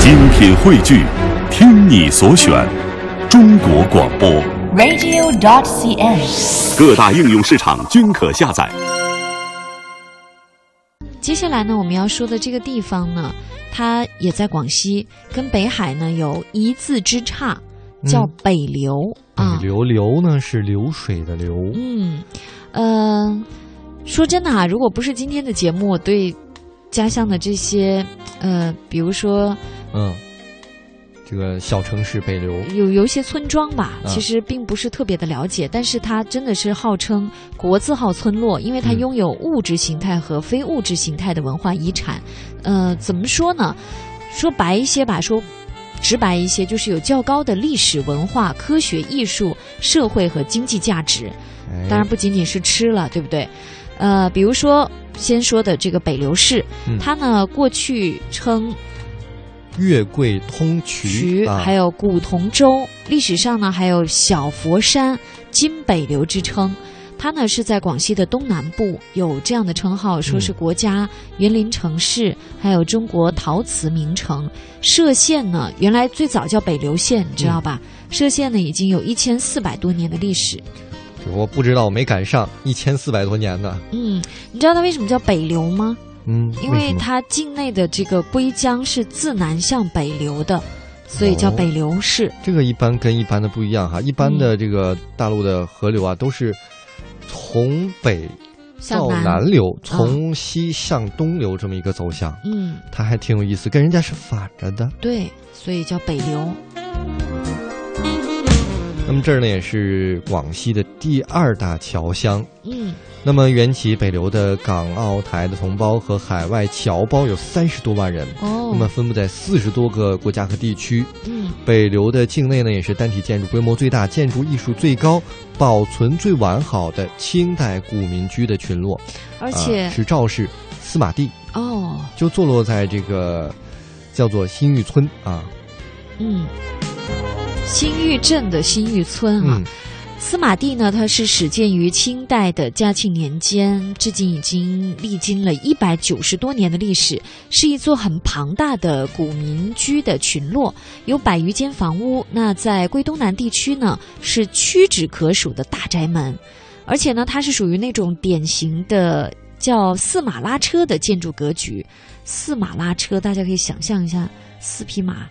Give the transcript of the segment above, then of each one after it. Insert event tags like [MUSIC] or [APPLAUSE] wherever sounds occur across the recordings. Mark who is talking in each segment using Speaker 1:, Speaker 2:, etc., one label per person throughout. Speaker 1: 精品汇聚，听你所选，中国广播。
Speaker 2: radio.cn。
Speaker 1: 各大应用市场均可下载。
Speaker 3: 接下来呢，我们要说的这个地方呢，它也在广西，跟北海呢有一字之差，叫北流、啊。
Speaker 4: 流流呢是流水的流，
Speaker 3: 嗯，呃，说真的啊，如果不是今天的节目，我对家乡的这些呃，比如说
Speaker 4: 嗯，这个小城市北流，
Speaker 3: 有有一些村庄吧，
Speaker 4: 啊
Speaker 3: 其实并不是特别的了解，但是它真的是号称国字号村落，因为它
Speaker 4: 嗯
Speaker 3: 拥有物质形态和非物质形态的文化遗产。呃，怎么说呢？说白一些吧，说直白一些，就是有较高的历史文化、科学、艺术、社会和经济价值。
Speaker 4: 哎
Speaker 3: 当然不仅仅是吃了，对不对？呃，比如说先说的这个北流市，
Speaker 4: 嗯
Speaker 3: 它呢过去称
Speaker 4: 月桂通衢
Speaker 3: 渠，
Speaker 4: 啊，
Speaker 3: 还有古同州，历史上呢还有小佛山、金北流之称。它呢是在广西的东南部有这样的称号，说
Speaker 4: 嗯
Speaker 3: 是国家园林城市，还有中国陶瓷名城。歙县呢，原来最早叫北流县，你知道吧？
Speaker 4: 嗯
Speaker 3: 歙县呢已经有一千四百多年的历史。
Speaker 4: 我不知道，我没赶上一千四百多年的，
Speaker 3: 嗯，你知道它为什么叫北流吗？
Speaker 4: 嗯，
Speaker 3: 因
Speaker 4: 什
Speaker 3: 为
Speaker 4: 么
Speaker 3: 它境内的这个归江是自南向北流的，所以叫
Speaker 4: 哦
Speaker 3: 北流市。
Speaker 4: 这个一般跟一般的不一样哈，一般
Speaker 3: 嗯
Speaker 4: 的这个大陆的河流啊，都是从北
Speaker 3: 向
Speaker 4: 到
Speaker 3: 南，
Speaker 4: 南流，从西向东流这么一个走向，
Speaker 3: 嗯，
Speaker 4: 它还挺有意思，跟人家是反着的。
Speaker 3: 对，所以叫北流。
Speaker 4: 那么这儿呢，也是广西的第二大侨乡。
Speaker 3: 嗯，
Speaker 4: 那么缘起北流的港澳台的同胞和海外侨胞有三十多万人，
Speaker 3: 哦，
Speaker 4: 那么分布在四十多个国家和地区。
Speaker 3: 嗯
Speaker 4: 北流的境内呢，也是单体建筑规模最大、建筑艺术最高、保存最完好的清代古民居的群落，
Speaker 3: 而且
Speaker 4: 呃、、是赵氏司马地，
Speaker 3: 哦，
Speaker 4: 就坐落在这个叫做新峪村啊，
Speaker 3: 嗯，新峪镇的新峪村啊，
Speaker 4: 嗯，
Speaker 3: 司马地呢，它是始建于清代的嘉庆年间，至今已经历经了一百九十多年的历史，是一座很庞大的古民居的群落，有百余间房屋。那在桂东南地区呢，是屈指可数的大宅门，而且呢，它是属于那种典型的叫四马拉车的建筑格局。四马拉车，大家可以想象一下，四匹马，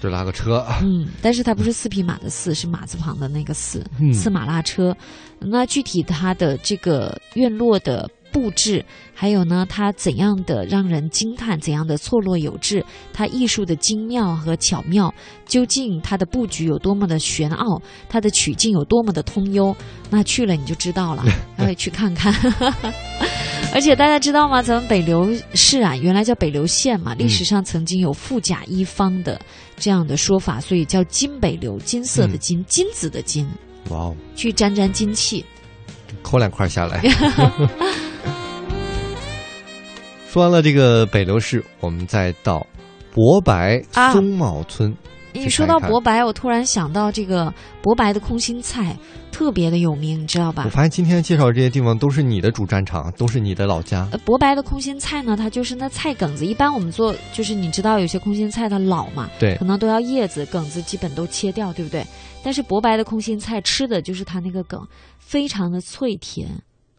Speaker 4: 就拉个车，
Speaker 3: 嗯，但是它不是四匹马的四，是马字旁的那个四。
Speaker 4: 嗯
Speaker 3: 司马拉车。那具体它的这个院落的布置，还有呢，它怎样的让人惊叹，怎样的错落有致，它艺术的精妙和巧妙，究竟它的布局有多么的玄奥，它的曲径有多么的通幽，那去了你就知道了，还得去看看。 [LAUGHS] 而且大家知道吗？咱们北流市啊，原来叫北流县嘛，历史上曾经有富甲一方的这样的说法，所以叫金北流，金色的金，金子的金。
Speaker 4: 哇哦，
Speaker 3: 去沾沾精气。
Speaker 4: 抠两块下
Speaker 3: [LAUGHS]
Speaker 4: 来。说完了这个北流市，我们再到博白
Speaker 3: 啊
Speaker 4: 松茂村，
Speaker 3: 你
Speaker 4: 去
Speaker 3: 说
Speaker 4: 看
Speaker 3: 到
Speaker 4: 一看
Speaker 3: 博白，我突然想到这个博白的空心菜特别的有名，你知道吧
Speaker 4: 我？发现今天介绍这些地方都是你的主战场，都是你的老家。
Speaker 3: 呃，博白的空心菜呢，它就是那菜梗子。一般我们做，就是你知道有些空心菜它老嘛，
Speaker 4: 对
Speaker 3: 可能都要叶子、梗子基本都切掉，对不对？但是博白的空心菜吃的就是它那个梗，非常的脆甜。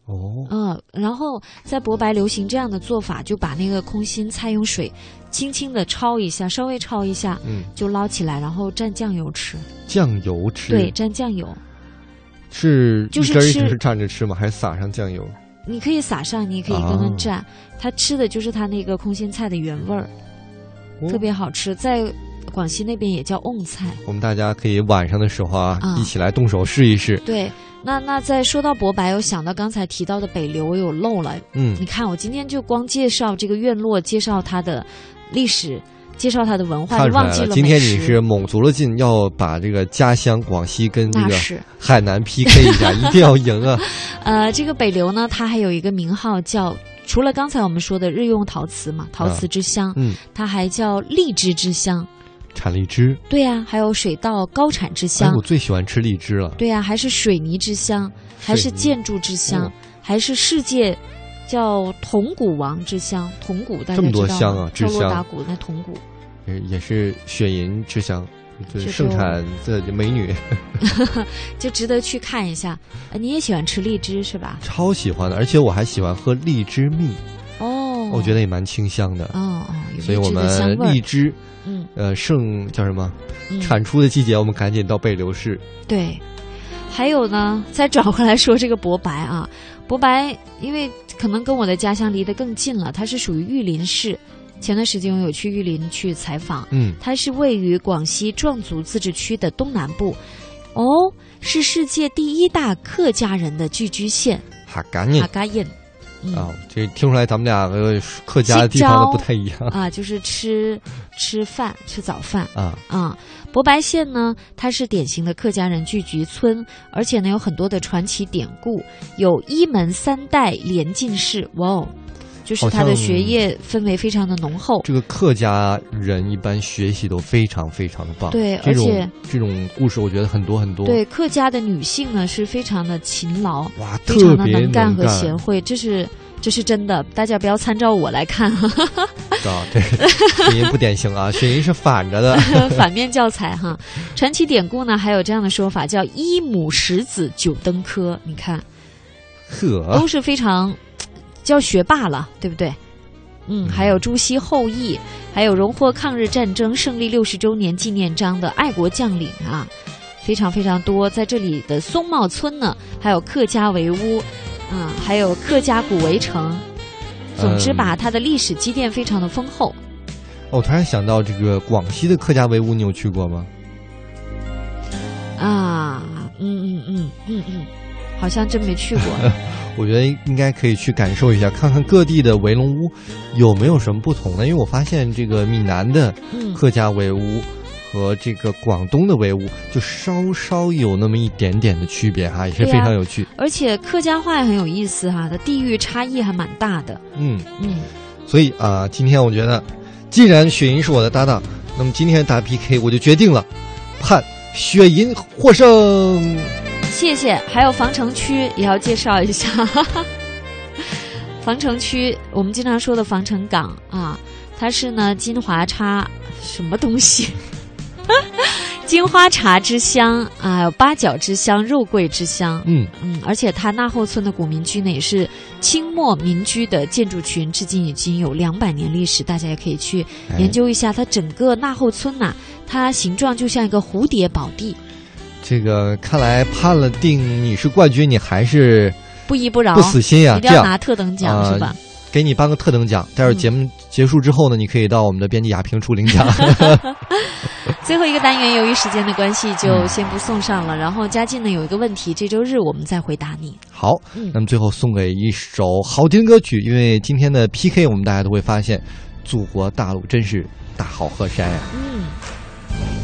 Speaker 4: 哦，
Speaker 3: 嗯，然后在博白流行这样的做法，就把那个空心菜用水轻轻的焯一下，稍微焯一下
Speaker 4: 嗯，
Speaker 3: 就捞起来，然后蘸酱油吃。
Speaker 4: 酱油吃，
Speaker 3: 对，蘸酱油。
Speaker 4: 是
Speaker 3: 就
Speaker 4: 一
Speaker 3: 是
Speaker 4: 根儿一
Speaker 3: 吃
Speaker 4: 根儿蘸着吃吗？还是撒上酱油？
Speaker 3: 你可以撒上，你也可以跟它
Speaker 4: 哦
Speaker 3: 蘸。它吃的就是它那个空心菜的原味儿，
Speaker 4: 哦
Speaker 3: 特别好吃。在广西那边也叫瓮菜。
Speaker 4: 我们大家可以晚上的时候啊，
Speaker 3: 啊
Speaker 4: 一起来动手试一试。
Speaker 3: 对，那那在说到博白，我想到刚才提到的北流，我有漏了。
Speaker 4: 嗯
Speaker 3: 你，看，我今天就光介绍这个院落，介绍它的历史，介绍它的文化，
Speaker 4: 看
Speaker 3: 就
Speaker 4: 出来
Speaker 3: 忘记
Speaker 4: 了，
Speaker 3: 了
Speaker 4: 今天你
Speaker 3: 美食
Speaker 4: 是猛足了劲，要把这个家乡广西跟这
Speaker 3: 那
Speaker 4: 个
Speaker 3: 是
Speaker 4: 海南 PK 一
Speaker 3: [LAUGHS]
Speaker 4: 下，一定要赢啊！
Speaker 3: 呃，这个北流呢，它还有一个名号叫，除了刚才我们说的日用陶瓷嘛，陶瓷之乡，
Speaker 4: 嗯，
Speaker 3: 它还叫荔枝之乡。
Speaker 4: 产荔枝，
Speaker 3: 对呀、还有水稻高产之
Speaker 4: 哎
Speaker 3: 乡，。
Speaker 4: 我最喜欢吃荔枝了。
Speaker 3: 对呀、啊还是水泥之乡，还是
Speaker 4: 水泥
Speaker 3: 建筑之乡，
Speaker 4: 哦
Speaker 3: 还是世界叫铜鼓王之乡。铜鼓大家
Speaker 4: 这么
Speaker 3: 知道
Speaker 4: 多
Speaker 3: 吗
Speaker 4: 乡啊之
Speaker 3: 敲锣
Speaker 4: 乡
Speaker 3: 打鼓那铜鼓，
Speaker 4: 呃也是雪银之乡，就
Speaker 3: 雪
Speaker 4: 是
Speaker 3: 中
Speaker 4: 盛产这美女， [LAUGHS]
Speaker 3: 就值得去看一下。呃你也喜欢吃荔枝是吧？
Speaker 4: 超喜欢的，而且我还喜欢喝荔枝蜜，
Speaker 3: 哦，
Speaker 4: 我觉得也蛮清香的。
Speaker 3: 哦哦，有
Speaker 4: 所以
Speaker 3: 荔
Speaker 4: 我
Speaker 3: 枝的香
Speaker 4: 们
Speaker 3: 味儿
Speaker 4: 荔枝，
Speaker 3: 嗯
Speaker 4: 呃，盛叫什么？
Speaker 3: 嗯，
Speaker 4: 产出的季节，我们赶紧到贝流市。
Speaker 3: 对。还有呢，再转回来说这个博白啊，博白因为可能跟我的家乡离得更近了，它是属于玉林市。前段时间我有去玉林去采访，
Speaker 4: 嗯，
Speaker 3: 它是位于广西壮族自治区的东南部，哦，是世界第一大客家人的聚居县
Speaker 4: 哈，赶紧
Speaker 3: 哈嘎堰。嗯
Speaker 4: 啊！这听出来咱们俩呃客家的地方都不太一样
Speaker 3: 啊， [LAUGHS] 就是吃吃饭吃早饭
Speaker 4: [LAUGHS] 啊。
Speaker 3: 啊。博白县呢，它是典型的客家人聚集村，而且呢有很多的传奇典故，有一门三代连进士，哇哦，就是
Speaker 4: 好
Speaker 3: 他的
Speaker 4: 像
Speaker 3: 学业氛围非常的浓厚。
Speaker 4: 这个客家人一般学习都非常非常的棒，
Speaker 3: 对
Speaker 4: 这种
Speaker 3: 而且
Speaker 4: 这种故事我觉得很多很多，
Speaker 3: 对客家的女性呢，是非常的勤劳，
Speaker 4: 哇，
Speaker 3: 非常
Speaker 4: 特
Speaker 3: 的
Speaker 4: 别
Speaker 3: 能干
Speaker 4: 干
Speaker 3: 和贤惠，这是这是真的，大家不要参照我来看，
Speaker 4: [LAUGHS] 啊，对，雪银不典型啊，雪银是反着的，
Speaker 3: 反面教材哈。传奇典故呢，还有这样的说法叫“一母十子九登科”，你看
Speaker 4: 呵啊哦
Speaker 3: 都，是非常叫学霸了，对不对？嗯，
Speaker 4: 嗯
Speaker 3: 还有朱熹后裔，还有荣获抗日战争胜利六十周年纪念章的爱国将领啊，非常非常多。在这里的松茂村呢，还有客家围屋，啊，还有客家古围城。总之吧，
Speaker 4: 嗯
Speaker 3: 它的历史积淀非常的丰厚。
Speaker 4: 我突然想到这个广西的客家围屋，你有去过吗？
Speaker 3: 啊，嗯嗯嗯嗯嗯，好像真没去过。
Speaker 4: 我觉得应该可以去感受一下，看看各地的围龙屋有没有什么不同呢？因为我发现这个闽南的
Speaker 3: 嗯，
Speaker 4: 客家围屋和这个广东的围屋就稍稍有那么一点点的区别哈、也是
Speaker 3: 对
Speaker 4: 非
Speaker 3: 啊
Speaker 4: 常有趣。
Speaker 3: 而且客家话也很有意思哈、它地域差异还蛮大的。
Speaker 4: 嗯，
Speaker 3: 嗯，
Speaker 4: 所以啊、今天我觉得，既然雪银是我的搭档，那么今天打 PK 我就决定了，判雪银获胜。
Speaker 3: 谢谢。还有防城区也要介绍一下， [LAUGHS] 防城区我们经常说的防城港啊，它是呢金华叉什么东西？ [LAUGHS] 金花茶之乡啊，有八角之乡、肉桂之乡，
Speaker 4: 嗯，
Speaker 3: 嗯，而且它那后村的古民居呢，也是清末民居的建筑群，至今已经有两百年历史。大家也可以去
Speaker 4: 哎
Speaker 3: 研究一下，它整个那后村呐、它形状就像一个蝴蝶宝地，
Speaker 4: 这个看来判了定你是冠军，你还是
Speaker 3: 不依不饶，
Speaker 4: 不死心呀、
Speaker 3: 一定
Speaker 4: 这
Speaker 3: 要
Speaker 4: 样
Speaker 3: 拿特等奖、
Speaker 4: 啊
Speaker 3: 是吧？
Speaker 4: 给你颁个特等奖。待会儿
Speaker 3: 嗯
Speaker 4: 节目结束之后呢，你可以到我们的编辑雅萍处领奖。
Speaker 3: 嗯 [LAUGHS] 最后一个单元，由于时间的关系，
Speaker 4: 嗯
Speaker 3: 就先不送上了。然后嘉靖呢有一个问题，这周日我们再回答你。
Speaker 4: [LAUGHS] 好，
Speaker 3: 嗯
Speaker 4: 那么最后送给一首好听歌曲，因为今天的 PK 我们大家都会发现，祖国大陆真是大好河山呀、
Speaker 3: 嗯。